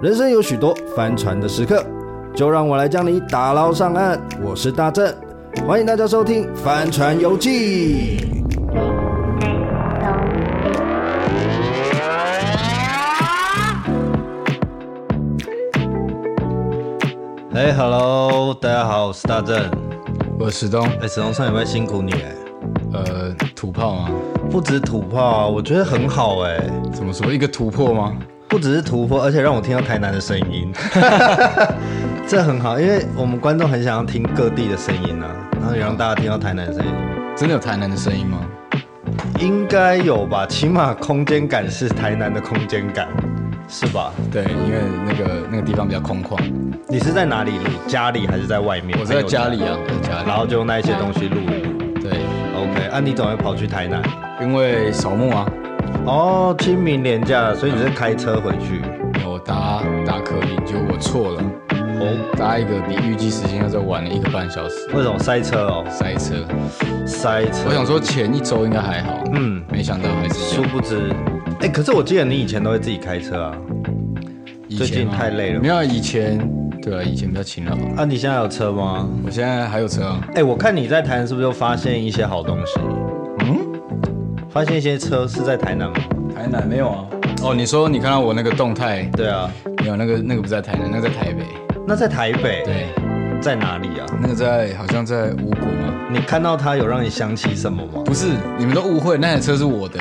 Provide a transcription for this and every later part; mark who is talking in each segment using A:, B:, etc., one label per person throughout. A: 人生有许多翻船的时刻，就让我来将你打捞上岸。我是大正，欢迎大家收听《帆船游记》。哎、h e l l o 大家好，我是大正。
B: 我是史东，
A: 哎、史东，上礼拜辛苦你哎、
B: 呃，土炮吗？
A: 不止土炮啊，我觉得很好哎、
B: 怎么说？一个突破吗？
A: 不只是突破，而且让我听到台南的声 音，这很好，因为我们观众很想要听各地的声音啊，然后也让大家听到台南的声音，
B: 真的有台南的声音吗？
A: 应该有吧？起码空间感是台南的空间感，是吧？
B: 对，因为那个那个地方比较空旷。
A: 你是在哪里录？家里还是在外面？
B: 我是在家里啊，在家
A: 然
B: 里。
A: 后就用那一些东西录一录。
B: 对，
A: OK，啊，你怎么会跑去台南？
B: 因为扫墓啊，
A: 哦，清明年假，所以你是开车回去。
B: 有搭搭可以，就我错了，
A: 哦，
B: 搭一个比预计时间要再晚了一个半小时，
A: 为什么塞车哦？
B: 塞车。
A: 塞车。
B: 我想说前一周应该还好，
A: 嗯
B: 没想到还是这
A: 殊
B: 样
A: 不知，哎、可是我记得你以前都会自己开车啊，
B: 以
A: 最近
B: 前吗啊
A: 太累了
B: 没有以前，对啊，以前比较勤劳。
A: 啊，你现在有车吗？
B: 我现在还有车啊，
A: 哎、我看你在台南是不是又发现一些好东西？
B: 嗯，
A: 发现一些车是在台南吗？
B: 台南没有啊。哦，你说你看到我那个动态，
A: 对啊，
B: 没有，那个那个不在台南，那个在台北。
A: 那在台北，
B: 对，
A: 在哪里啊？
B: 那个在好像在五股吗？
A: 你看到它有让你想起什么 吗？
B: 不是，你们都误会，那台车是我的，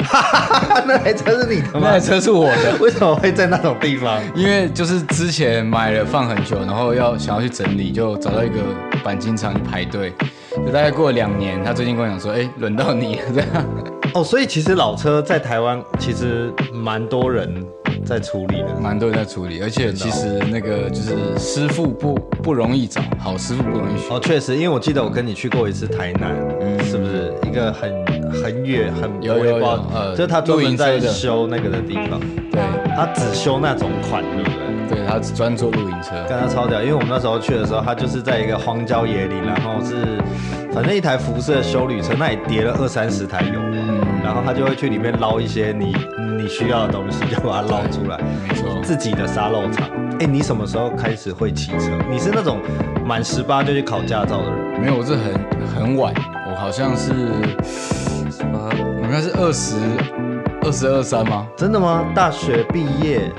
A: 那台车是你的
B: 那台车是我的，
A: 为什么会在那种地方？
B: 因为就是之前买了放很久，然后要想要去整理，就找到一个钣金厂去排队，就大概过了两年，他最近跟我讲说，哎、轮到你了，这样
A: 哦，所以其实老车在台湾其实蛮多人在处理的。
B: 蛮多人在处理，而且其实那个就是师傅不不容易找，好师傅不容易
A: 哦，
B: 选，
A: 确实，因为我记得我跟你去过一次台南，是不是一个很很远很
B: 有
A: 我也不知道
B: 有有呃
A: 就是他专
B: 露
A: 门
B: 营车
A: 在
B: 的
A: 修那个的地方，
B: 对，
A: 他只修那种款，对不对？
B: 对他专做露营车，
A: 跟他超屌，因为我们那时候去的时候，他就是在一个荒郊野岭，然后是反正一台辐射修旅车，那里叠了二三十台油吧，
B: 嗯
A: 然后他就会去里面捞一些你你需要的东西，就把它捞出来。
B: 没错，
A: 自己的沙漏厂，哎、你什么时候开始会骑车？你是那种满十八就去考驾照的人吗？
B: 没有，我是很很晚，我好像是什么？我应该是二十二十二三吗？
A: 真的吗？大学毕业，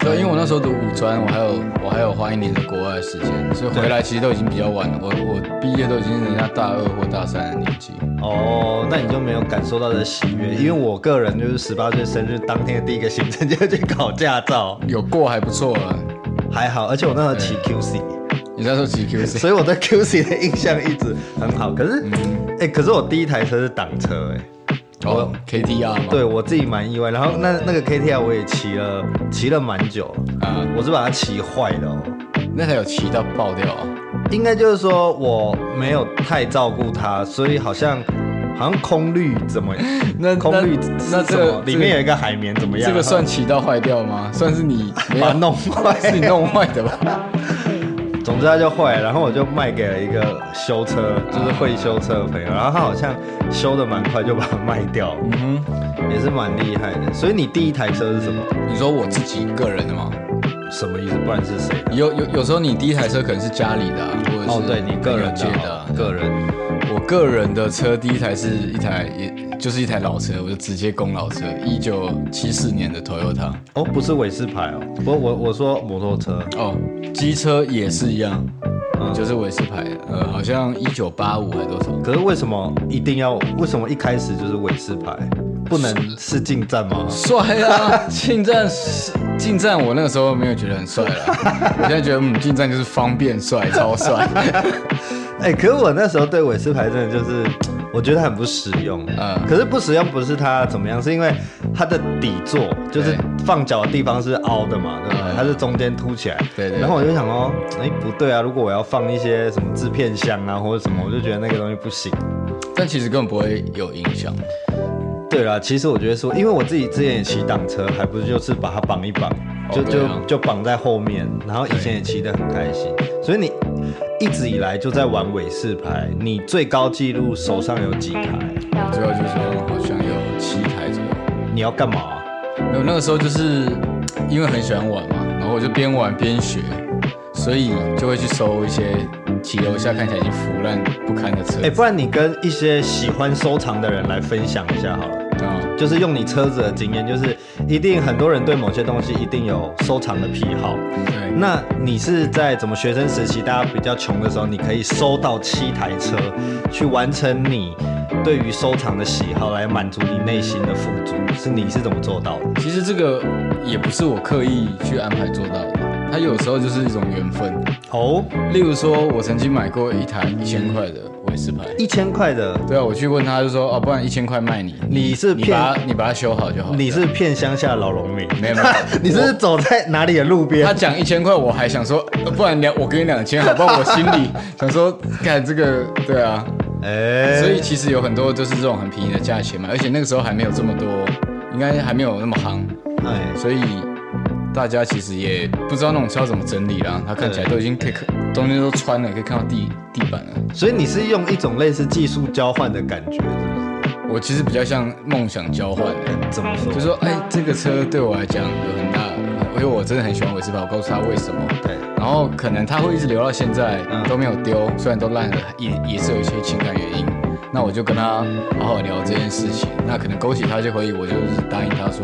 B: 对，因为我那时候读五专，我还有我还有花一年的国外的时间，所以回来其实都已经比较晚了。我我毕业都已经是人家大二或大三的年纪。
A: 哦，那你就没有感受到的喜悦，因为我个人就是十八岁生日当天的第一个行程就去考驾照，
B: 有过还不错了，
A: 还好，而且我那时候骑 QC，
B: 你在说几 Q
A: 所以我对 QC 的印象一直很好。可是，哎、可是我第一台车是挡车、哎，
B: 哦，KTR 吗？
A: 对我自己蛮意外。然后那那个 KTR 我也骑了，骑了蛮久，
B: 啊、
A: 我是把它骑坏的哦。
B: 那台有骑到爆掉啊！
A: 应该就是说我没有太照顾它，所以好像好像空滤怎么
B: 那
A: 空滤
B: 那
A: 是
B: 那
A: 什
B: 这个
A: 么？里面有一个海绵怎么样？啊
B: 这个算骑到坏掉吗？算是你 没
A: 把它
B: 有
A: 弄坏
B: 是你弄坏的吧？
A: 总之它就坏了，然后我就卖给了一个修车，就是会修车的朋友，然后他好像修的蛮快，就把它卖掉，
B: 嗯哼，
A: 也是蛮厉害的。所以你第一台车是什么？
B: 你说我自己个人的吗？
A: 什么意思？不然是谁的？
B: 有有有时候你第一台车可能是家里的、啊，或者是
A: 哦，对你个人
B: 借的
A: 的哦
B: 啊、，
A: 个人
B: 我个人的车第一台是一台，也就是一台老车，我就直接供老车，一九七四年的 Toyota。
A: 哦，不是韦斯牌哦，不，我我说摩托车，
B: 哦，机车也是一样，
A: 嗯
B: 就是维斯牌，呃，好像一九八五还多少？
A: 可是为什么一定要？为什么一开始就是韦斯牌？不能是近战吗？
B: 帅 啊！进站是进站，我那个时候没有觉得很帅 啦，我现在觉得嗯，进站就是方便帅，超帅。
A: 哎、可是我那时候对韦斯牌真的就是，我觉得很不实用。嗯
B: 嗯，
A: 可是不实用不是它怎么样，是因为它的底座就是放脚的地方是凹的嘛，对不对？
B: 嗯
A: 它是中间凸起来。
B: 对对
A: 然后我就想哦，哎、不对啊，如果我要放一些什么制片箱啊或者什么，我就觉得那个东西不行。
B: 但其实根本不会有影响。
A: 对啦，其实我觉得说，因为我自己之前也骑挡车，还不是就是把它绑一绑，就、
B: 哦对啊
A: 就就绑在后面，然后以前
B: 对
A: 也骑得很开心，所以你一直以来就在玩尾四牌，你最高纪录手上有几台？
B: 主要就是说好像有七台左右。
A: 你要干嘛啊、
B: 没有，那个时候就是因为很喜欢玩嘛，然后我就边玩边学，所以就会去收一些骑楼下看起来已经腐烂不堪的车
A: 哎、
B: 子。
A: 不然你跟一些喜欢收藏的人来分享一下好了。
B: 啊
A: 就是用你车子的经验，就是一定很多人对某些东西一定有收藏的癖好。
B: 对，
A: 那你是在怎么学生时期，大家比较穷的时候，你可以收到七台车，去完成你对于收藏的喜好，来满足你内心的富足。是你是怎么做到的？
B: 其实这个也不是我刻意去安排做到的，它有时候就是一种缘分。
A: 哦，
B: 例如说，我曾经买过一台一千块的维斯牌，
A: 一千块的，
B: 对啊，我去问他就说，哦，不然一千块卖你，
A: 你是
B: 你把
A: 骗
B: 它你把它修好就好。
A: 你是骗乡下老农民，
B: 没有没有
A: 你是不是走在哪里的路边
B: 他？讲一千块，我还想说，呃不然两我给你两千，好不好？我心里想说，看这个，对啊，
A: 哎
B: 所以其实有很多就是这种很便宜的价钱嘛，而且那个时候还没有这么多，应该还没有那么夯，
A: 哎，
B: 所以大家其实也不知道那种车要怎么整理啦。它看起来都已经可以看，东西都穿了，可以看到地地板了。
A: 所以你是用一种类似技术交换的感觉，是不是？
B: 我其实比较像梦想交换、
A: 怎么说
B: 就？说，哎、这个车对我来讲有很大，因为我真的很喜欢维斯堡，我告诉他为什么。
A: 对，
B: 然后可能它会一直留到现在
A: 嗯
B: 都没有丢，虽然都烂了，也也是有一些情感原因。那我就跟他好好聊这件事情，那可能勾起他一些回忆，我就是答应他说，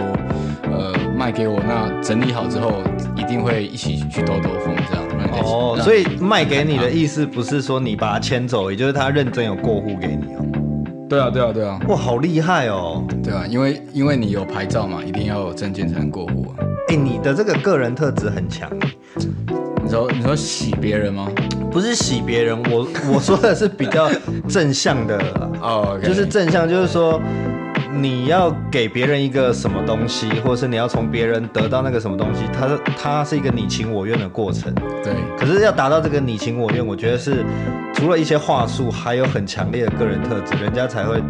B: 呃，卖给我，那整理好之后一定会一起去兜兜风这样。让你
A: 哦，
B: 哎让
A: 所以卖给你的意思不是说你把它牵走，也就是他认真有过户给你哦。
B: 对啊，对啊，对啊，
A: 哇，好厉害哦！
B: 对啊，因为因为你有牌照嘛，一定要有证件才能过户、啊。
A: 哎、你的这个个人特质很强，
B: 你说你说洗别人吗？
A: 不是洗别人，我我说的是比较正向的啦
B: 哦，OK
A: 就是正向，就是说你要给别人一个什么东西，或者是你要从别人得到那个什么东西，它它是一个你情我愿的过程。
B: 对，
A: 可是要达到这个你情我愿，我觉得是除了一些话术，还有很强烈的个人特质，人家才会。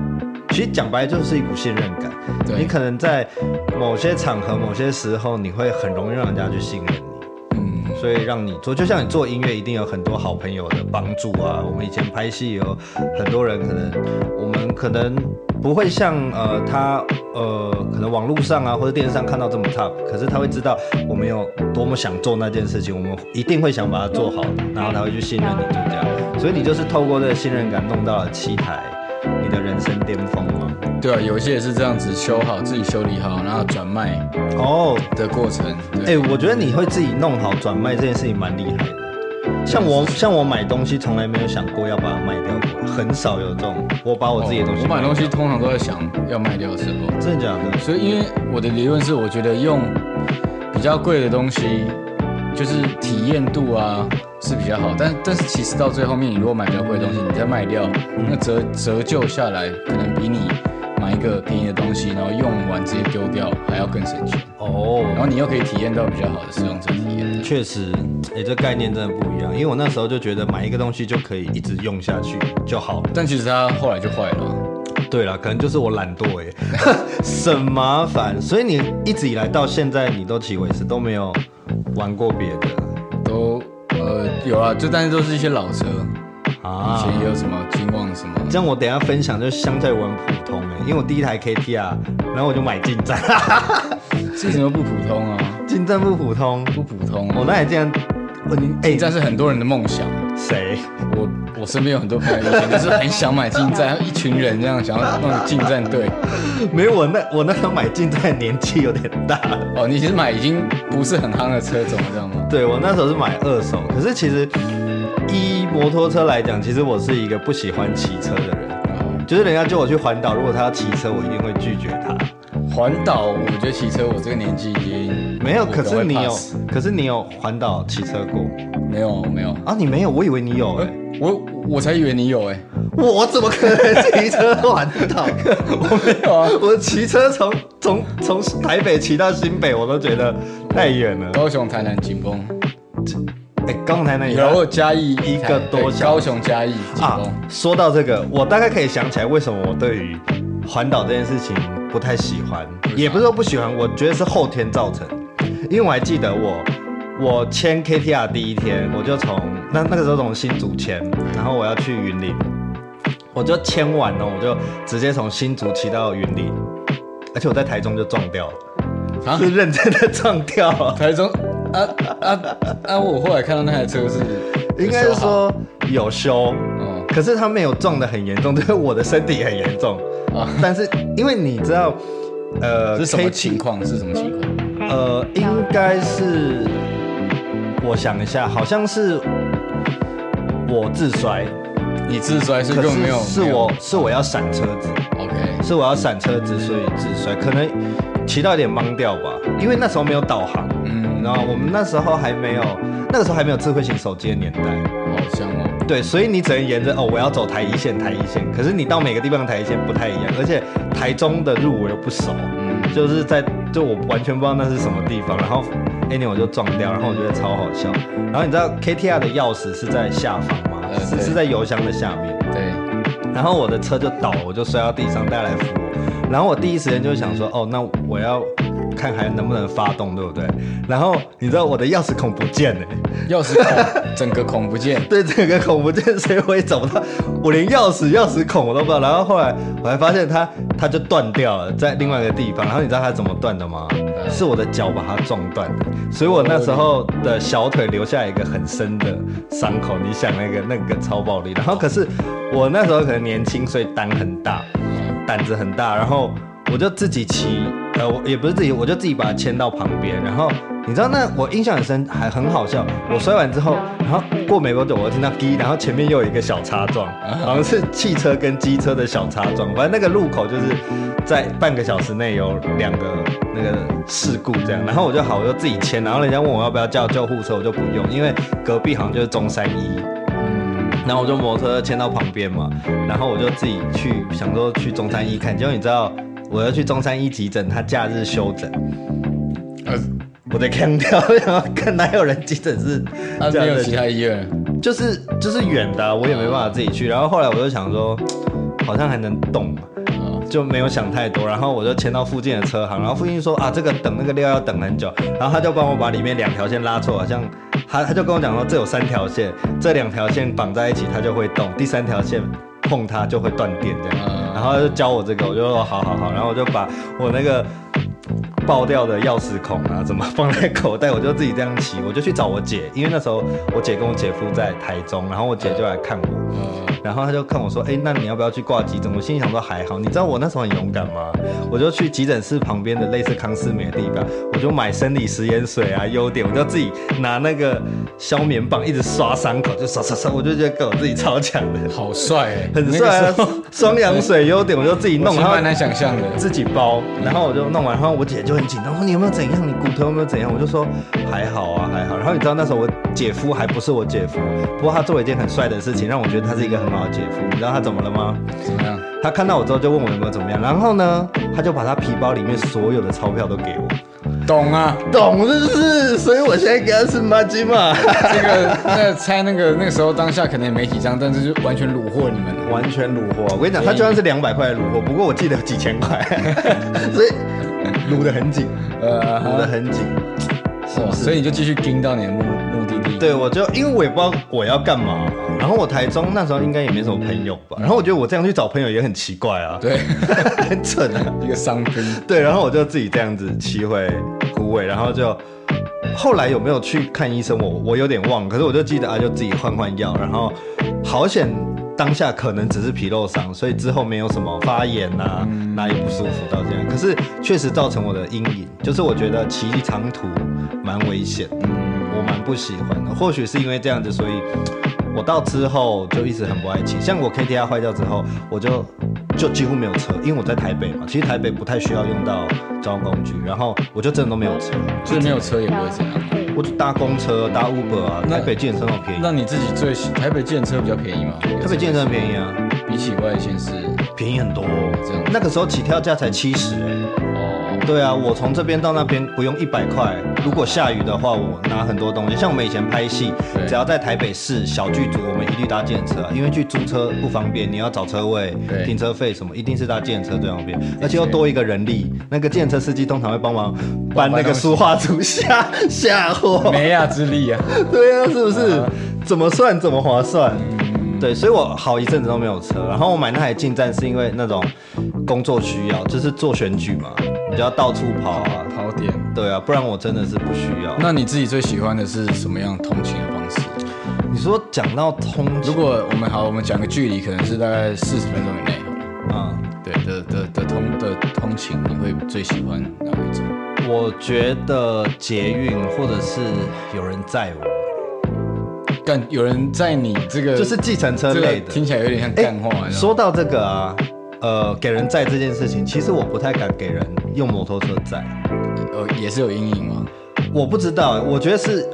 A: 其实讲白就是一股信任感，
B: 对
A: 你可能在某些场合、某些时候，你会很容易让人家去信任你，
B: 嗯，
A: 所以让你做，就像你做音乐，一定有很多好朋友的帮助啊。我们以前拍戏有很多人，可能我们可能不会像呃他呃可能网络上啊或者电视上看到这么 top，可是他会知道我们有多么想做那件事情，我们一定会想把它做好，然后他会去信任你，就这样。所以你就是透过这个信任感弄到了七台，你的人生巅峰嘛。
B: 对啊，有一些也是这样子修好，自己修理好，然后转卖
A: 哦，
B: 的过程。
A: 哎、
B: 对，
A: 我觉得你会自己弄好转卖这件事情蛮厉害的。像我像我买东西从来没有想过要把它卖掉过，很少有这种我把我自己的东西
B: 哦我买
A: 掉
B: 东西通常都在想要卖掉的时候，
A: 真的假的？
B: 所以因为我的理论是，我觉得用比较贵的东西，就是体验度啊是比较好，但但是其实到最后面，你如果买比较贵的东西，你再卖掉，
A: 嗯
B: 那折折旧下来，可能比你买一个便宜的东西，然后用完直接丢掉还要更省钱，然后
A: 哦，
B: 你又可以体验到比较好的使用者体验。
A: 确实，哎、这概念真的不一样。因为我那时候就觉得买一个东西就可以一直用下去就好了。
B: 但其实它后来就坏了啊。
A: 对了，可能就是我懒惰 哎、欸，省麻烦。所以你一直以来到现在，你都骑维斯都没有玩过别的
B: 都呃有啊，就但是都是一些老车，以
A: 啊
B: 前也有什么金旺什么，
A: 这样我等一下分享就相对我很普通哎、因为我第一台 KTR，然后我就买进站，
B: 这什么不普通啊，
A: 进站不普通，
B: 不普通
A: 我
B: 啊。
A: 那台竟然，我你哎
B: 进站是很多人的梦想，
A: 谁？
B: 我我身边有很多朋友以前就是很想买进站，一群人这样想要弄进站队。
A: 没有我那我那时候买进站的年纪有点大 了。
B: 哦，你其实买已经不是很夯的车种了，知道吗？
A: 对我那时候是买二手，可是其实依摩托车来讲，其实我是一个不喜欢骑车的人。
B: 哦
A: 就是人家叫我去环岛，如果他要骑车，我一定会拒绝他。
B: 环岛，我觉得骑车我这个年纪已经
A: 没有，
B: 我
A: 可
B: 都
A: 是
B: 会
A: 你有
B: pass，
A: 可是你有环岛骑车过
B: 没有没有，
A: 啊？你没有，我以为你有哎、
B: 哎我我才以为你有哎，
A: 我怎么可能骑车环 岛？我没
B: 有啊，
A: 我骑车从从从台北骑到新北，我都觉得太远了。
B: 高雄台南景峰，
A: 哎、刚才那里
B: 有嘉义
A: 一个多
B: 对
A: 小时
B: 高雄嘉义景
A: 啊
B: 峰。，
A: 说到这个，我大概可以想起来为什么我对于环岛这件事情不太喜欢，也不是说不喜欢，我觉得是后天造成。因为我还记得我我签 KTR 第一天，我就从那那个时候从新竹签，然后我要去云林，我就签完了，我就直接从新竹骑到云林，而且我在台中就撞掉了，
B: 啊
A: 是认真的撞掉了。
B: 台中啊啊啊！我后来看到那台车是，
A: 应该是说有修，
B: 哦
A: 可是他没有撞得很严重， 就是我的身体很严重。
B: 啊，
A: 但是因为你知道，呃，
B: 是什么
A: K-
B: 情况？是什么情况？
A: 呃，应该是，我想一下，好像是我自摔，
B: 你自摔是
A: 可
B: 就没
A: 是
B: 有？
A: 是
B: 没有
A: 我是我要闪车子，
B: OK
A: 是我要闪车子，所以自摔，可能骑到有点懵掉吧，因为那时候没有导航，
B: 嗯
A: 然后我们那时候还没有，那个时候还没有智慧型手机的年代。
B: 好像哦，
A: 对，所以你只能沿着哦，我要走台一线，台一线。可是你到每个地方的台一线不太一样，而且台中的路我又不熟，
B: 嗯
A: 就是在就我完全不知道那是什么地方。然后 anyway 我就撞掉，然后我
B: 嗯
A: 觉得超好笑。然后你知道 KTR 的钥匙是在下方吗？
B: 呃
A: 是
B: 对
A: 是在油箱的下面。
B: 对，
A: 然后我的车就倒了，我就摔到地上，大家来扶我。然后我第一时间就想说，哦，那我要看还能不能发动，对不对？然后你知道我的钥匙孔不见了、
B: 钥匙孔整个孔 不见，
A: 对整个恐怖症，所以我也找不到，我连钥匙、钥匙孔我都不知道。然后后来我还发现它，它就断掉了，在另外一个地方。然后你知道它怎么断的吗？是我的脚把它撞断的，所以我那时候的小腿留下一个很深的伤口。你想那个那个超暴力。然后可是我那时候可能年轻，所以胆很大，
B: 嗯
A: 胆子很大，然后我就自己骑，呃，我也不是自己，我就自己把它牵到旁边，然后你知道那我印象很深，还很好笑。我摔完之后，然后过没多久，我就听到滴，然后前面又有一个小擦撞，好像是汽车跟机车的小擦撞，反正那个路口就是在半个小时内有两个那个事故这样。然后我就好，我就自己牵，然后人家问我要不要叫救护车，我就不用，因为隔壁好像就是中山医。
B: 嗯，
A: 然后我就摩托车牵到旁边嘛，然后我就自己去想说去中山医看，结果你知道我要去中山医急诊，他假日休诊，
B: 呃，
A: 我在看掉， 然后看哪有人急诊室
B: 啊
A: 这
B: 没
A: 样
B: 有其
A: 的，
B: 他医院，
A: 就是就是远的啊、我也没办法自己去。然后后来我就想说，好像还能动嘛。
B: 啊
A: 就没有想太多，然后我就牵到附近的车行，然后附近说啊，这个等那个料要等很久，然后他就帮我把里面两条线拉错，好像他他就跟我讲说这有三条线，这两条线绑在一起它就会动，第三条线碰它就会断电这样，
B: 嗯
A: 然后他就教我这个，我就说好好好，然后我就把我那个。爆掉的钥匙孔啊，怎么放在口袋？我就自己这样骑，我就去找我姐，因为那时候我姐跟我姐夫在台中，然后我姐就来看我，
B: 呃，
A: 然后他就看我说：“哎、那你要不要去挂急诊？”我心里想说：“还好。”你知道我那时候很勇敢吗？我就去急诊室旁边的类似康斯美的地方，我就买生理食盐水啊，优点，我就自己拿那个消棉棒一直刷伤口，就刷刷刷，我就觉得我自己超强的，
B: 好帅哎，
A: 很帅
B: 那
A: 啊
B: 个时候！
A: 双氧水优点，我就自己 弄，
B: 我是
A: 然后
B: 蛮难想象的，
A: 自己包，然后我就弄完，然后我姐就很紧张，说你有没有怎样？你骨头有没有怎样？我就说还好啊，还好。然后你知道那时候我姐夫还不是我姐夫，不过他做了一件很帅的事情，让我觉得他是一个很好的姐夫。你知道他怎么了吗？
B: 怎么样？
A: 他看到我之后就问我有没有怎么样，然后呢，他就把他皮包里面所有的钞票都给我，
B: 懂啊，
A: 懂是不是？所以我现在给他是马吉嘛，
B: 这个 那个猜那个那个时候当下可能也没几张，但是就完全虏获你们了。
A: 完全虏获。我跟你讲，他就算是两百块的虏获，不过我记得有几千块，所以撸得很紧，撸得
B: 呃，
A: 很紧。
B: 是吧？所以你就继续盯到你的目目的地。
A: 对，我就因为我也不知道我要干嘛，然后我台中那时候应该也没什么朋友吧，然后我觉得我这样去找朋友也很奇怪啊，
B: 对，
A: 很蠢啊，
B: 一个伤兵。
A: 对，然后我就自己这样子骑回虎尾，然后就后来有没有去看医生我，我有点忘了，可是我就记得啊，就自己换换药，然后好险。当下可能只是皮肉伤，所以之后没有什么发炎啊，哪里不舒服到这样。可是确实造成我的阴影，就是我觉得骑长途蛮危险的。
B: 嗯，
A: 我蛮不喜欢的。或许是因为这样子，所以我到之后就一直很不爱骑。像我 KTR 坏掉之后，我就就几乎没有车，因为我在台北嘛，其实台北不太需要用到交通工具，然后我就真的都没有车，
B: 就是没有车也不会怎样。
A: 我就搭公车、搭 Uber 啊。
B: 那
A: 台北健身很便宜，啊
B: 那你自己最喜台北建车比较便宜吗？
A: 台北健身很便宜啊，
B: 比起外县市，
A: 便宜很多、
B: 这样
A: 哦。那个时候起跳价才七十哎。
B: 哦，
A: 对啊，我从这边到那边不用一百块。如果下雨的话，我拿很多东西。像我们以前拍戏
B: 对，
A: 只要在台北市小剧组，我们一律搭电车，因为去租车不方便，你要找车位
B: 对、
A: 停车费什么，一定是搭电车最方便，而且又多一个人力。那个电车司机通常会帮忙搬那个书画组下 下货。
B: 梅哦亚之力啊，
A: 对啊，是不是
B: 啊？
A: 怎么算怎么划算？对，所以我好一阵子都没有车。然后我买那台进站是因为那种工作需要，就是做选举嘛，你就要到处跑啊，
B: 跑点
A: 对啊，不然我真的是不需要。
B: 那你自己最喜欢的是什么样通勤的方式？
A: 你说讲到通勤
B: 如，果我们好，我们讲个距离，可能是大概四十分钟以内好了，
A: 嗯，
B: 对的的的通的通勤，你会最喜欢哪一种？
A: 我觉得捷运或者是有人载我，
B: 干有人在你这个
A: 就是计程车
B: 这
A: 类
B: 个
A: 的。
B: 听起来有点像干话，你知道
A: 说
B: 吗
A: 到这个啊，呃，给人载这件事情，其实我不太敢给人用摩托车载。
B: 呃也是有阴影吗？
A: 我不知道，我觉得是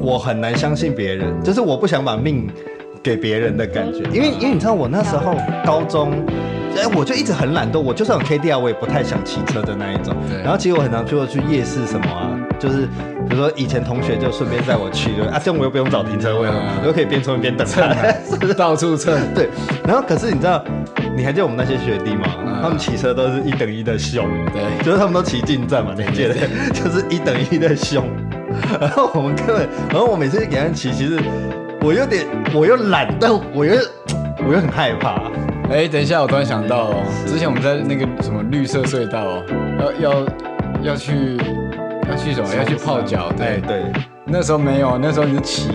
A: 我很难相信别人，就是我不想把命给别人的感觉，
B: 嗯
A: 因为因为你知道我那时候高中。哎，我就一直很懒惰，我就算有 K D R，我也不太想骑车的那一种
B: 对。
A: 然后其实我很常就去夜市什么啊，就是比如说以前同学就顺便载我去，就啊，这样我又不用找停车位了，
B: 嗯
A: 我又可以边冲边等他。
B: 啊
A: 啊
B: 到处蹭，
A: 对，然后可是你知道，你还记得我们那些学弟吗？
B: 嗯
A: 他们骑车都是一等一的凶，
B: 对
A: 就是他们都骑近战嘛，你记得，就是一等一的凶。然后我们根本，然后我每次给他们骑，其实我有点，我又懒，但我又我又很害怕。
B: 哎、等一下，我突然想到、哦，之前我们在那个什么绿色隧道、哦，要要要去要去什么？要去泡脚，对
A: 哎对，
B: 那时候没有，那时候你是骑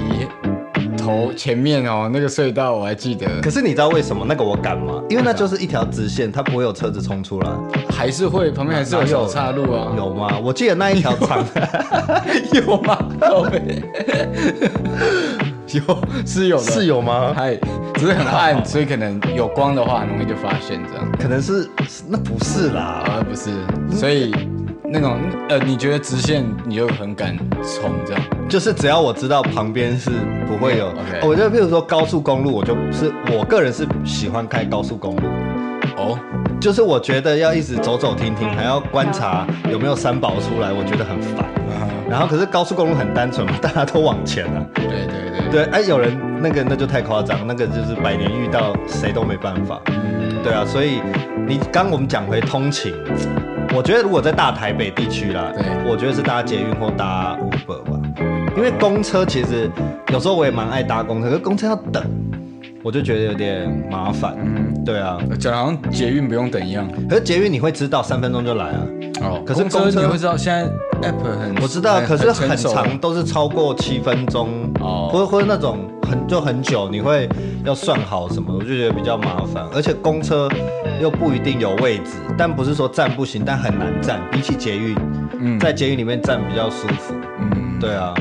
B: 头前面哦，那个隧道我还记得，
A: 可是你知道为什么那个我敢吗？因为那就是一条直线，它不会有车子冲出来。
B: 还是会旁边还是有小岔路啊，
A: 有吗？我记得那一条长，
B: 有吗？靠北 有是有 的，
A: 是有吗
B: 嗨，只是很暗，所以可能有光的话很容易就发现这样。
A: 可能是那不是啦。
B: 啊，不是，所以那种呃，你觉得直线你就很敢冲这样？
A: 就是只要我知道旁边是不会有哦
B: OK
A: 我觉得譬如说高速公路，我就是我个人是喜欢开高速公路的，
B: 哦，
A: 就是我觉得要一直走走停停，还要观察有没有三宝出来，我觉得很烦。然后可是高速公路很单纯嘛，大家都往前啊。
B: 对对对，
A: 对，哎、有人那个那就太夸张，那个就是百年遇到谁都没办法。对啊，所以你刚我们讲回通勤，我觉得如果在大台北地区啦，
B: 对
A: 我觉得是搭捷运或搭 Uber 吧，因为公车其实有时候我也蛮爱搭公车，可是公车要等，我就觉得有点麻烦。
B: 嗯
A: 对啊，
B: 讲得好像捷运不用等一样。
A: 可是捷运你会知道三分钟就来啊，
B: 哦，
A: 可是
B: 公车
A: 公车
B: 你会知道现在 app 哎很，
A: 我知道，可是很
B: 成熟
A: 长都是超过七分钟，
B: 哦
A: 或或者那种很就很久，你会要算好什么，我就觉得比较麻烦。而且公车又不一定有位置，但不是说站不行，但很难站。比起捷运，
B: 嗯
A: 在捷运里面站比较舒服。
B: 嗯，
A: 对啊，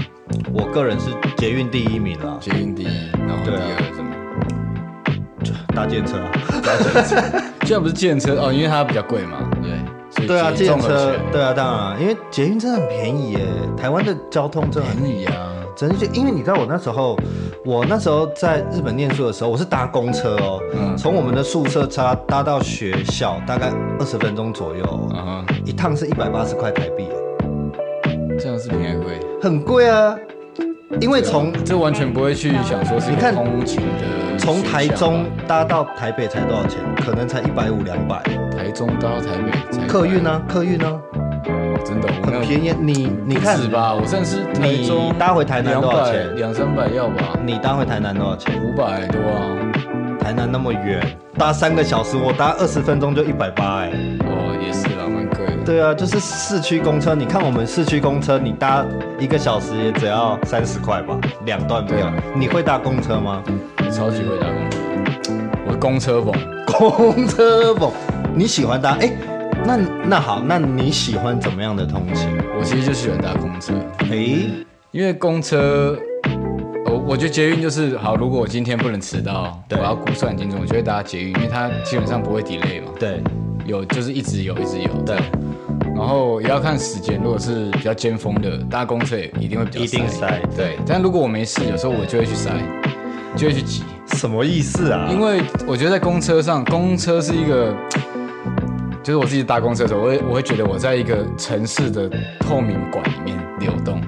A: 我个人是捷运第一名啊啦，
B: 捷运第一，然后第
A: 对啊
B: 二什么？
A: 搭建车啊。
B: 现在不是建车哦，因为它比较贵嘛，对，所
A: 啊对
B: 以
A: 啊，
B: 捷
A: 建
B: 运综合
A: 车
B: 起来，
A: 对啊，当然啊，因为捷运真的很便宜耶，台湾的交通真的很
B: 便宜啊，
A: 真的就因为你知道我那时候，我那时候在日本念书的时候，我是搭公车哦，
B: 嗯
A: 从我们的宿舍搭搭到学校大概二十分钟左右哦，
B: 啊哈，
A: 一趟是一百八十块台币，
B: 这样是便宜贵。
A: 很贵啊，因为从
B: 这完全不会去想说是一
A: 你
B: 个
A: 看
B: 通勤的选项吧，
A: 从台中搭到台北才多少钱？可能才一百五两百，
B: 台中搭到台北才
A: 客运呢？客运呢？
B: 快，真的我没
A: 很
B: 有
A: 便宜，啊你你看
B: 是吧？我上次台中
A: 你搭回台南多少钱
B: 200两三百要吧，
A: 你搭回台南多少钱？
B: 五百多啊，
A: 台南那么远，搭三个小时，我搭二十分钟就一百八哎。
B: 哦也是啦，蛮贵的。
A: 对啊，就是市区公车，你看我们市区公车，你搭一个小时也只要三十块吧，两段
B: 对
A: 票
B: 啊。
A: 你会搭公车吗？
B: 我超级会搭公车，我是公车风。
A: 公车不？你喜欢搭？哎、那那好，那你喜欢怎么样的通勤？
B: 我其实就喜欢搭公车，
A: 哎、
B: 因为公车，我我觉得捷运就是好。如果我今天不能迟到，我
A: 对
B: 要估算清楚，我就会搭捷运，因为它基本上不会 delay 嘛，
A: 对
B: 有就是一直有，一直有。
A: 对，
B: 然后也要看时间，如果是比较尖峰的，搭公车也一定会比较
A: 一定塞
B: 对，但如果我没事，有时候我就会去塞，就会去挤，
A: 什么意思啊？
B: 因为我觉得在公车上，公车是一个，就是我自己搭公车的时候，我会我会觉得我在一个城市的透明管里面流动，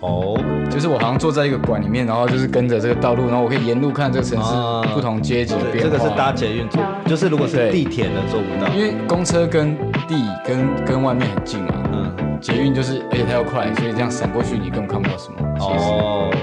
A: 哦，
B: 就是我好像坐在一个管里面，然后就是跟着这个道路，然后我可以沿路看这个城
A: 啊
B: 市不同阶级的
A: 对
B: 变
A: 这
B: 化。
A: 个是搭捷运做，就是如果是
B: 对
A: 地铁的做不到。
B: 因为公车跟地跟跟外面很近嘛，
A: 嗯，
B: 捷运就是，而且它又快，所以这样闪过去你根本看不到什么。哦，
A: 哦，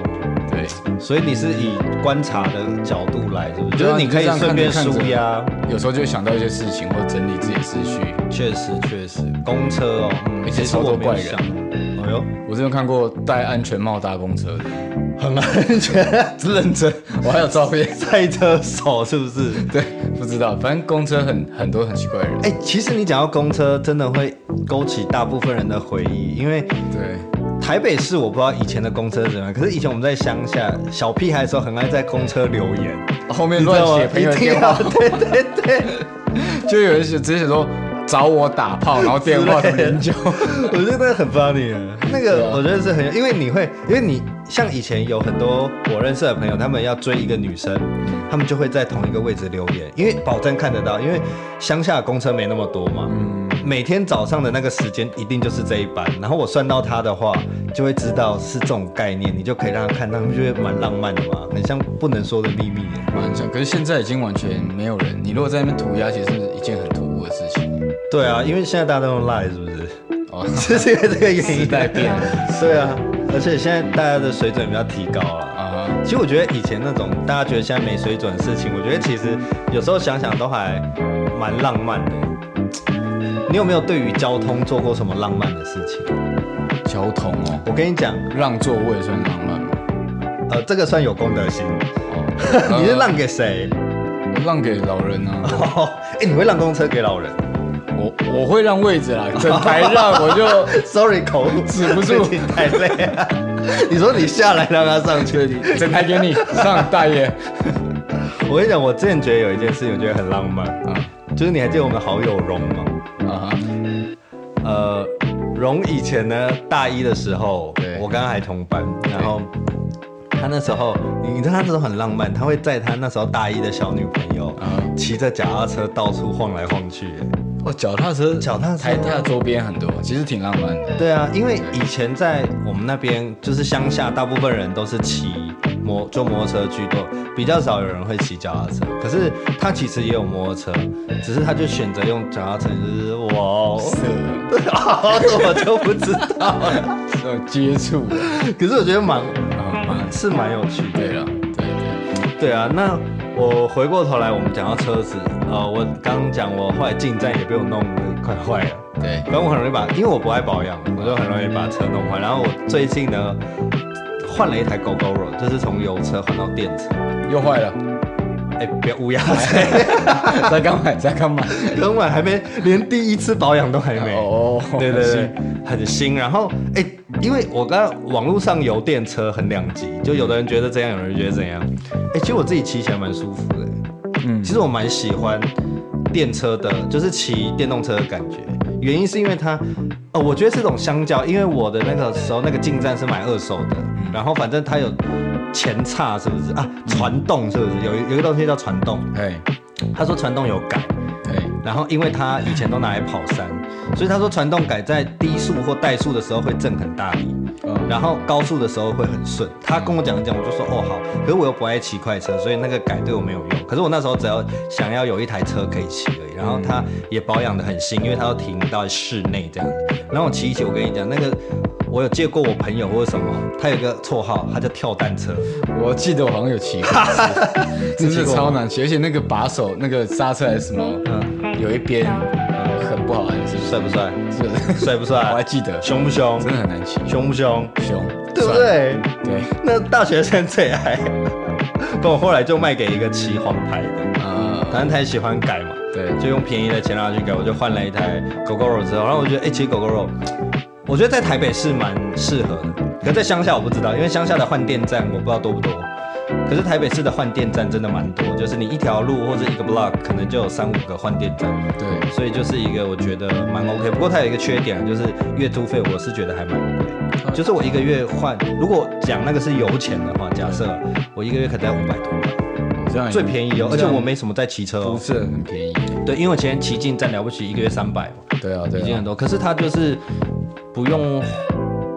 B: 对，
A: 所以你是以观察的角度来，是不是？
B: 对
A: 就
B: 啊
A: 是你可以
B: 你就这样
A: 顺便
B: 看着
A: 舒
B: 看着
A: 压。
B: 有时候就会想到一些事情或整理自己的思绪。
A: 确实确实，公车哦，嗯
B: 而且
A: 其实我没有
B: 超多怪人
A: 想过哎呦，
B: 我之前看过戴安全帽搭公车的，
A: 很安 全，
B: 是认真，我还有照片。
A: 赛车手是不是？
B: 对，不知道，反正公车很很多很奇怪的人。
A: 哎、其实你讲到公车，真的会勾起大部分人的回忆，因为
B: 对，
A: 台北市我不知道以前的公车是怎么样，可是以前我们在乡下小屁孩的时候，很爱在公车留言，
B: 后面
A: 你知
B: 乱
A: 道吗
B: 写朋友的
A: 一定
B: 电
A: 要
B: 话，
A: 对对对，
B: 就有人写直接写说找我打炮，然后电话什么 研究。
A: 我觉得很 funny 啊。那
B: 对
A: 个
B: 啊
A: 我觉得是很，因为你会，因为你像以前有很多我认识的朋友，他们要追一个女生，他们就会在同一个位置留言，因为保证看得到，因为乡下的公车没那么多嘛。
B: 嗯
A: 每天早上的那个时间一定就是这一班，然后我算到他的话，就会知道是这种概念，你就可以让他看，他们就会蛮浪漫的嘛，很像不能说的秘密耶。
B: 蛮像，可是现在已经完全没有人。你如果在那边涂鸦，其实是一件很突兀的事 情。
A: 对啊，因为现在大家都用 Line 是不是？
B: 哦，
A: 就是因为这个原因。
B: 时代变了
A: 对啊，而且现在大家的水准比较提高了。
B: 啊哈，
A: 其实我觉得以前那种大家觉得现在没水准的事情，我觉得其实有时候想想都还蛮浪漫的。你有没有对于交通做过什么浪漫的事情？
B: 交通哦，
A: 我跟你讲，
B: 让座位算浪漫吗？
A: 呃，这个算有公德心。
B: 哦
A: 你是让给谁？
B: 呃我让给老人啊，
A: 哦，哎，你会让公车给老人
B: 我我会让位置啦， 整排让我就
A: ？Sorry，口误，
B: 止不住
A: 最近太累了。 你说你下来让他上去，
B: 对整排给你上大爷啊
A: 我跟你讲，我之前觉得有一件事情，我觉得很浪漫，就是你还记得我们好友荣吗？
B: 啊啊哈，
A: 呃，荣以前呢，大一的时候
B: 对，
A: 我刚刚还同班，然后他那时候，你你知道他那时候很浪漫，他会载他那时候大一的小女朋友
B: 啊哈，
A: 骑着脚踏车到处晃来晃去。
B: 哦，脚踏车，
A: 脚踏车
B: 台大周边很多，其实挺浪漫的。
A: 对啊，因为以前在我们那边，就是乡下，大部分人都是骑摩坐摩托车居多，比较少有人会骑脚踏车。可是他其实也有摩托车，只是他就选择用脚踏车，就是哇哦，
B: 色，
A: 好的我就不知道了。
B: 呃，接触，
A: 可是我觉得蛮
B: 啊，
A: 是蛮有趣的。
B: 对了，对对，
A: 对啊，那我回过头来，我们讲到车子，呃，我刚讲我后来进站也被我弄得快坏了。
B: 对，
A: 反正我很容易把，因为我不爱保养，我就很容易把车弄坏。然后我最近呢，换了一台 GoGoRo，就是从油车换到电车。
B: 又坏 了。
A: 哎，不要乌鸦嘴，
B: 在干嘛？在干嘛？
A: 根本还没，连第一次保养都还没。
B: 哦
A: 对对对，很新。然后哎、因为我刚刚网络上油电车很两极，就有的人觉得怎样，有人觉得怎样。哎、其实我自己骑起来蛮舒服的、
B: 嗯
A: 其实我蛮喜欢电车的，就是骑电动车的感觉。原因是因为它，呃，我觉得是种相较，因为我的那个时候那个进站是买二手的，然后反正它有前叉是不是啊？传动是不是？有一有一个东西叫传动，
B: 哎
A: 他说传动有改，
B: 哎，
A: 然后因为他以前都拿来跑山，所以他说传动改在低速或怠速的时候会震很大力，
B: 嗯，
A: 然后高速的时候会很顺。他跟我讲一讲，我就说哦好，可是我又不爱骑快车，所以那个改对我没有用。可是我那时候只要想要有一台车可以骑而已，然后他也保养的很新，因为他都停到室内这样子。然后我骑一骑，我跟你讲那个。我有借过我朋友或者什么，他有一个绰号，他叫跳蛋车。
B: 我记得我好像有骑 过，真的超难骑，而且那个把手、那个刹车还是什么，
A: 嗯
B: 有一边呃很不好按，是不是？
A: 帅不帅？
B: 是 不是？
A: 帅不帅？
B: 我还记得
A: 凶不凶？
B: 真的很难骑，
A: 凶不凶？
B: 凶，
A: 对不
B: 帅？
A: 对？
B: 对，
A: 那大学生最爱， 但我后来就卖给一个骑黄牌的，
B: 啊，
A: 反正他也喜欢改嘛，
B: 对，
A: 就用便宜的钱让他去改，我就换了一台狗狗肉之后，然后我觉得，哎、其实狗狗肉，我觉得在台北是蛮适合的，可在乡下我不知道，因为乡下的换电站我不知道多不多，可是台北市的换电站真的蛮多，就是你一条路或者一个 block 可能就有三五个换电站，
B: 对，
A: 所以就是一个我觉得蛮 OK，不过它有一个缺点，啊就是月租费我是觉得还蛮
B: 嗯
A: 贵，就是我一个月换，如果讲那个是油钱的话，假设我一个月可能要五百多，
B: 这样也
A: 最便宜哦，而且
B: 这样
A: 我没什么在骑车
B: 辐
A: 哦，
B: 射很便宜，
A: 对，因为我前骑进站了不起一个月三百嘛，
B: 对啊，
A: 已经
B: 对
A: 很
B: 啊，
A: 多，可是它就是不用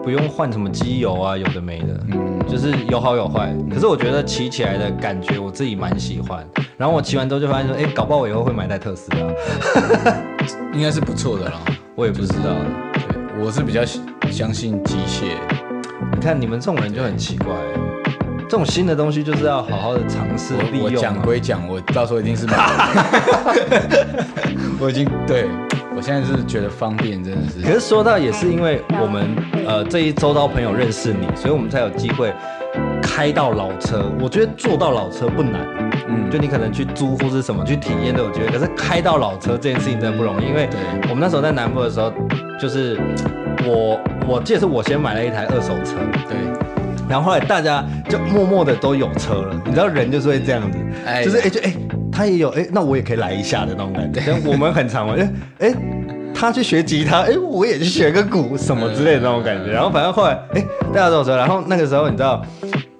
A: 不用换什么机油啊，有的没的，
B: 嗯，
A: 就是有好有坏，可是我觉得骑起来的感觉我自己蛮喜欢，然后我骑完之后就发现说，哎，搞不好我以后会买台特斯拉，
B: 应该是不错的啦。
A: 我也不知道。
B: 对，我是比较相信机械，
A: 你看你们这种人就很奇怪、这种新的东西就是要好好的尝试利
B: 我我
A: 用、
B: 讲
A: 啊。
B: 归讲，我到时候一定是买。我已经对，我现在是觉得方便真的是
A: 可。是说到也是因为我们呃这一周到朋友认识你，所以我们才有机会开到老车。我觉得做到老车不难，嗯，就你可能去租或是什么去体验都有机会。可是开到老车这件事情真的不容易，因为
B: 对
A: 我们那时候在南部的时候，就是我我记得是我先买了一台二手车，
B: 对，
A: 然后后来大家就默默的都有车了，你知道人就是会这样子，
B: 哎
A: 就是哎、就哎、他也有哎、那我也可以来一下的那种感觉。但我们很常玩，哎、哎、他去学吉他，哎、我也去学个鼓什么之类的那种感觉。然后反正后来哎、大家都有车，然后那个时候你知道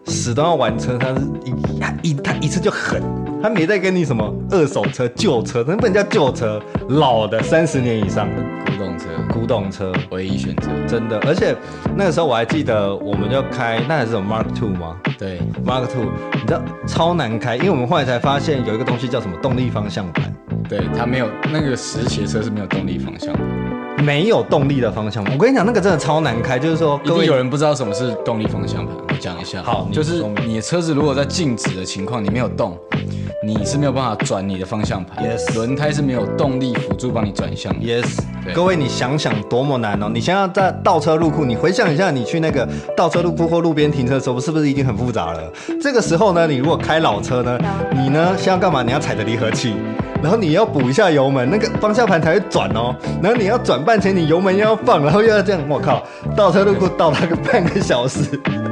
A: 始终要玩车，他是一他一他一次就狠。他没在跟你什么二手车、旧车，那不能叫旧车，老的三十年以上的
B: 古董车
A: 古董车，
B: 唯一选择。
A: 真的。而且那个时候我还记得，我们就开那还是有 Mark Two 吗？
B: 对，
A: Mark Two，你知道超难开，因为我们后来才发现有一个东西叫什么动力方向盘，
B: 对，它没有那个实鞋车是没有动力方向的，
A: 没有动力的方向盘。我跟你讲，那个真的超难开，就是说
B: 一
A: 各
B: 定
A: 位
B: 有人不知道什么是动力方向盘，我讲一下。
A: 好你
B: 就是
A: 说
B: 你的车子如果在静止的情况，你没有动，你是没有办法转你的方向盘
A: Yes
B: 轮胎是没有动力辅助帮你转向的。
A: Yes，
B: 对
A: 各位你想想多么难哦！你想想在倒车入库，你回想一下，你去那个倒车入库或路边停车的时候，是不是已经很复杂了？这个时候呢，你如果开老车呢，你呢先要干嘛？你要踩着离合器，然后你要补一下油门，那个方向盘才会转哦。然后你要转半圈，你油门又要放，然后又要这样，我靠，倒车入库倒了个半个小时。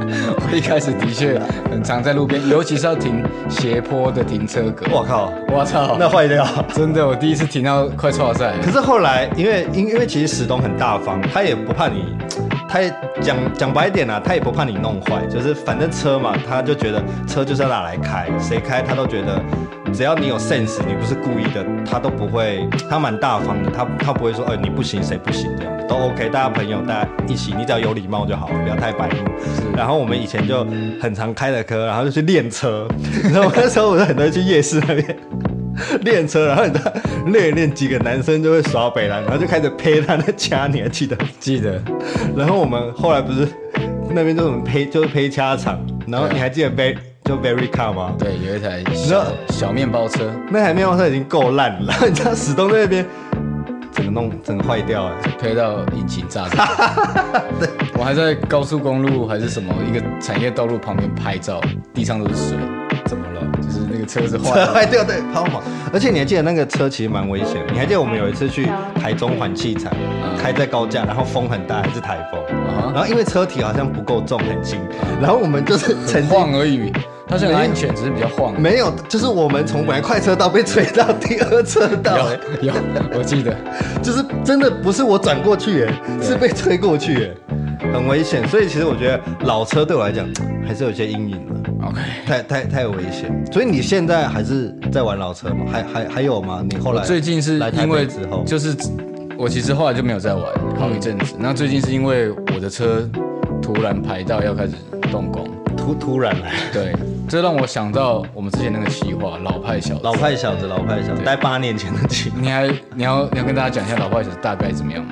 B: 我一开始的 确很常在路边，尤其是要停斜坡的停车格。
A: 我靠，
B: 我操！
A: 那坏掉。
B: 真的，我第一次停到快超赛。
A: 可是后来，因为因因为其实史东很大方，他也不怕你，他也讲讲白一点啊，他也不怕你弄坏，就是反正车嘛，他就觉得车就是要拿来开，谁开他都觉得，只要你有 sense，你不是故意的，他都不会，他蛮大方的，他他不会说，呃、你不行，谁不行这样子，都 OK，大家朋友大家一起，你只要有礼貌就好了，不要太白目。然后我们以前就很常开的车，然后就去练车， 然后那时候我就很多人去夜市那边。 练车，然后你知道练一练，几个男生就会耍北兰，然后就开始呸他的掐，你还记得？
B: 记得
A: 然后我们后来不是那边就什么呸，就是呸掐场，然后你还记得 very 就 very car 吗？
B: 对，有一台小小面包车，
A: 那台面包车已经够烂了， 然后你知道史东在那边整个弄整个坏掉了。
B: 推到引擎炸 掉。我还在高速公路还是什么一个产业道路旁边拍照，地上都是水，
A: 怎么了？
B: 就是那个车子坏
A: 车
B: 了。
A: 坏掉， 对，抛锚。而且你还记得那个车其实蛮危险的，你还记得我们有一次去台中环器材，
B: 嗯
A: 开在高架，然后风很大，还是台风，
B: 啊
A: 然后因为车体好像不够重，很轻，然后我们就是
B: 很
A: 曾经
B: 晃而已，它是很安全，只是比较晃。
A: 没有，就是我们从本来快车道被吹到第二车 道、欸，
B: 有有，我记得。
A: 就是真的不是我转过去、欸，是被吹过去、欸，很危险。所以其实我觉得老车对我来讲还是有些阴影了。
B: OK，
A: 太太太危险，所以你现在还是在玩老车吗？还还还有吗？你后
B: 我
A: 来
B: 最近是
A: 来台
B: 因
A: 北
B: 为
A: 之后，嗯
B: 就是我其实后来就没有再玩好一阵子，那最近是因为我的车突然排到要开始动工，
A: 突突然来，
B: 对，这让我想到我们之前那个企划老派小 子
A: 老。派小子，老派小子，大概八年前的情。
B: 你还你要你要跟大家讲一下老派小子大概怎么样吗？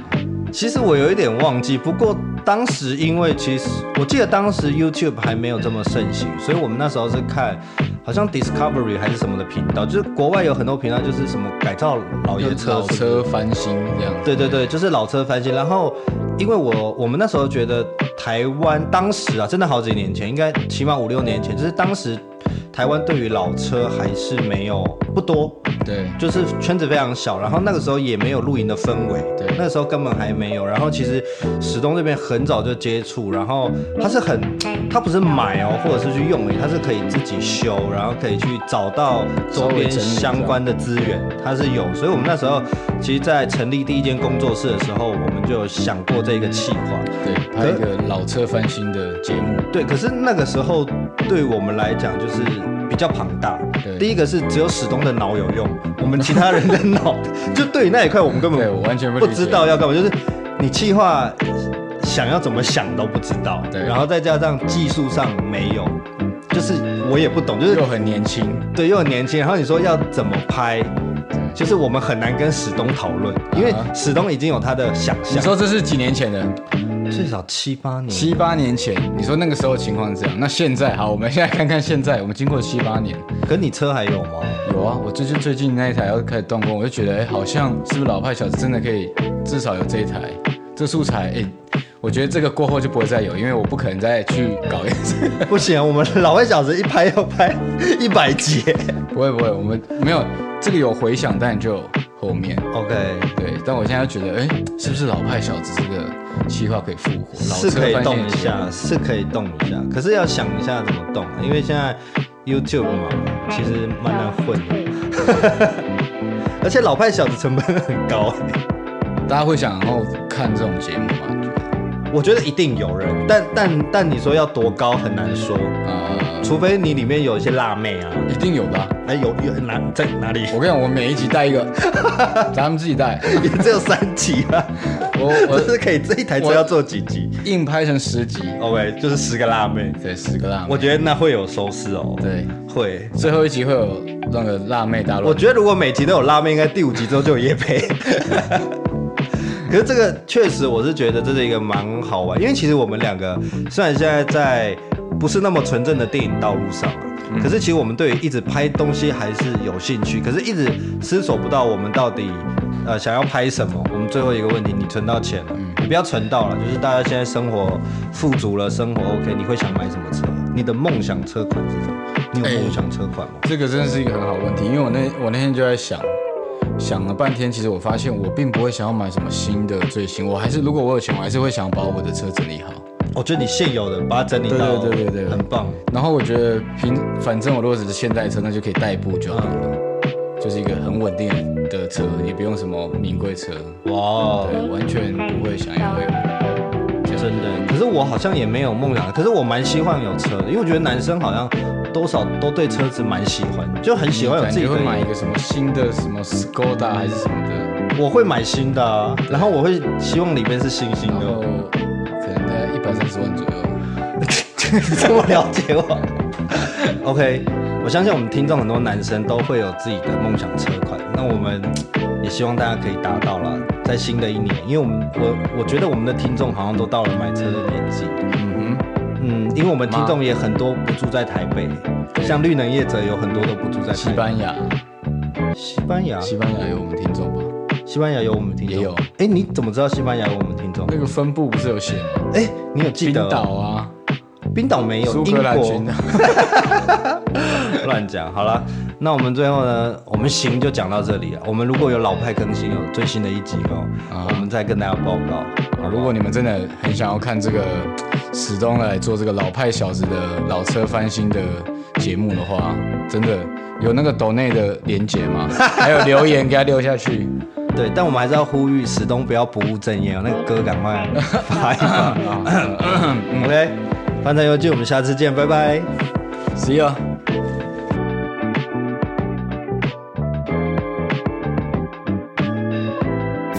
A: 其实我有一点忘记，不过当时因为其实我记得当时 YouTube 还没有这么盛行，所以我们那时候是看好像 Discovery 还是什么的频道，就是国外有很多频道就是什么改造老爷哦车什
B: 老
A: 么的
B: 车翻新这样子。
A: 对对对，就是老车翻新。然后，因为我我们那时候觉得台湾当时啊，真的好几年前，应该起码五六年前，就是当时台湾对于老车还是没有不多，
B: 对
A: 就是圈子非常小。然后那个时候也没有露营的氛围，
B: 对
A: 那个时候根本还没有。然后其实史东这边很早就接触，然后他是很，他不是买哦，或者是去用而已，他是可以自己修，然后可以去找到周边
B: 稍微整理一下
A: 相关。相关的资源，它是有，所以我们那时候其实，在成立第一间工作室的时候，我们就有想过这个企划。
B: 对，拍一个老车翻新的节目。
A: 对，可是那个时候对我们来讲就是比较庞大
B: 对。
A: 第一个是只有史东的脑有用，我们其他人的脑就对于那一块我们根
B: 对
A: 本
B: 我完全不
A: 不
B: 理解
A: 知道要干嘛，就是你企划想要怎么想都不知道，
B: 对
A: 然后再加上技术上没有，就是我也不懂，就是
B: 又很年轻，
A: 对，又很年轻，然后你说要怎么拍，就是我们很难跟史东讨论，因为
B: 啊
A: 史东已经有他的想
B: 你
A: 象，
B: 说这是几年前
A: 嗯
B: 的？
A: 最少七八年，
B: 七八年前，你说那个时候情况是这样。那现在好，我们现在看看现在，我们经过七八年，
A: 可你车还有吗？
B: 有啊，我最近最近那一台要开始动工，我就觉得，哎、好像是不是老派小子真的可以，至少有这一台，这素材，哎、我觉得这个过后就不会再有，因为我不可能再去搞一次。
A: 不行，我们老外小子一拍要拍一百集。
B: 不会不会，我们没有这个有回响，但就有后面
A: OK，
B: 对。但我现在觉得，哎、是不是老派小子这个计划可以复活？老
A: 是
B: 车
A: 可以
B: 翻
A: 动
B: 现
A: 一
B: 金
A: 下，是可以动一下，可是要想一下怎么动，啊因为现在 YouTube 嘛，其实蛮难混的，而且老派小子成本很高、
B: 大家会想然后看这种节目吗？你觉得
A: 我觉得一定有人，但但但你说要多高很难说，
B: 呃，
A: 除非你里面有一些辣妹啊，
B: 一定有的啊、
A: 哎有有哪在哪里？
B: 我跟你讲，我每一集带一个， 咱们自己带。
A: 也只有三集啊，
B: 我
A: 我是
B: 我
A: 可以这一台车
B: 我
A: 要做几集
B: 硬拍成十集，
A: ？OK，就是十个辣妹，
B: 对，十个辣妹。
A: 我觉得那会有收视哦，
B: 对，
A: 会。
B: 最后一集会有那个辣妹大
A: 我
B: 乱斗。
A: 觉得如果每集都有辣妹，应该第五集之后就有夜配。 可是这个确实，我是觉得这是一个蛮好玩，因为其实我们两个虽然现在在不是那么纯正的电影道路上啊，可是其实我们对于一直拍东西还是有兴趣，可是一直思索不到我们到底呃想要拍什么。我们最后一个问题，你存到钱了？你不要存到了，就是大家现在生活富足了，生活 OK，你会想买什么车？你的梦想车款是什么？你有梦想车款吗？
B: 这个真的是一个很好问题，因为我那我那天就在想，想了半天，其实我发现我并不会想要买什么新的最新，我还是如果我有钱，我还是会想要把我的车整理好。
A: 我哦觉得你现有的把它整理到，
B: 对对对对对
A: 很棒。
B: 然后我觉得平，反正我如果只是现代车，那就可以代步就好了，
A: 嗯
B: 就是一个很稳定的车，也不用什么名贵车，
A: 哇，
B: 对，完全不会想要有。
A: 真的。可是我好像也没有梦想，可是我蛮希望有车的，因为我觉得男生好像多少都对车子蛮喜欢，就很喜欢有
B: 嗯感
A: 自己
B: 觉
A: 的
B: 会。买一个什么新的什么 Skoda 还是什么的，
A: 我会买新的、啊，然后我会希望里面是新新
B: 然后
A: 的。
B: 可能在一百三十万左右。
A: 你 这么了解我 ？OK，我相信我们听众很多男生都会有自己的梦想车款，那我们也希望大家可以达到啦，在新的一年，因为我们我我觉得我们的听众好像都到了买车的年纪。
B: 嗯
A: 嗯，因为我们听众也很多不住在台北，像绿能业者有很多都不住在
B: 哼，西
A: 台北。
B: 班牙，
A: 西班牙，
B: 西班牙有我们听众吧？
A: 西班牙有我们听众。
B: 也有
A: 哎，你怎么知道西班牙有我们听众？
B: 那个分布不是有写吗？
A: 哎，你有记
B: 冰
A: 得哦？
B: 岛啊，
A: 冰岛没有，
B: 苏
A: 英
B: 格兰
A: 国
B: 群啊 岛。
A: 乱讲。好了，那我们最后呢，我们行就讲到这里啊了。我们如果有老派更新，有最新的一集哦，
B: 啊
A: 我们再跟大家报告。
B: 啊如果你们真的很想要看这个史东来做这个老派小子的老车翻新的节目的话，真的有那个抖内的连结 吗？还有留言给他留下去。
A: 对，但我们还是要呼吁史东不要不务正业哦，那个歌赶快发一发。OK，翻 山游记，我们下次见，拜拜。
B: See you。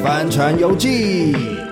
A: 帆船游记。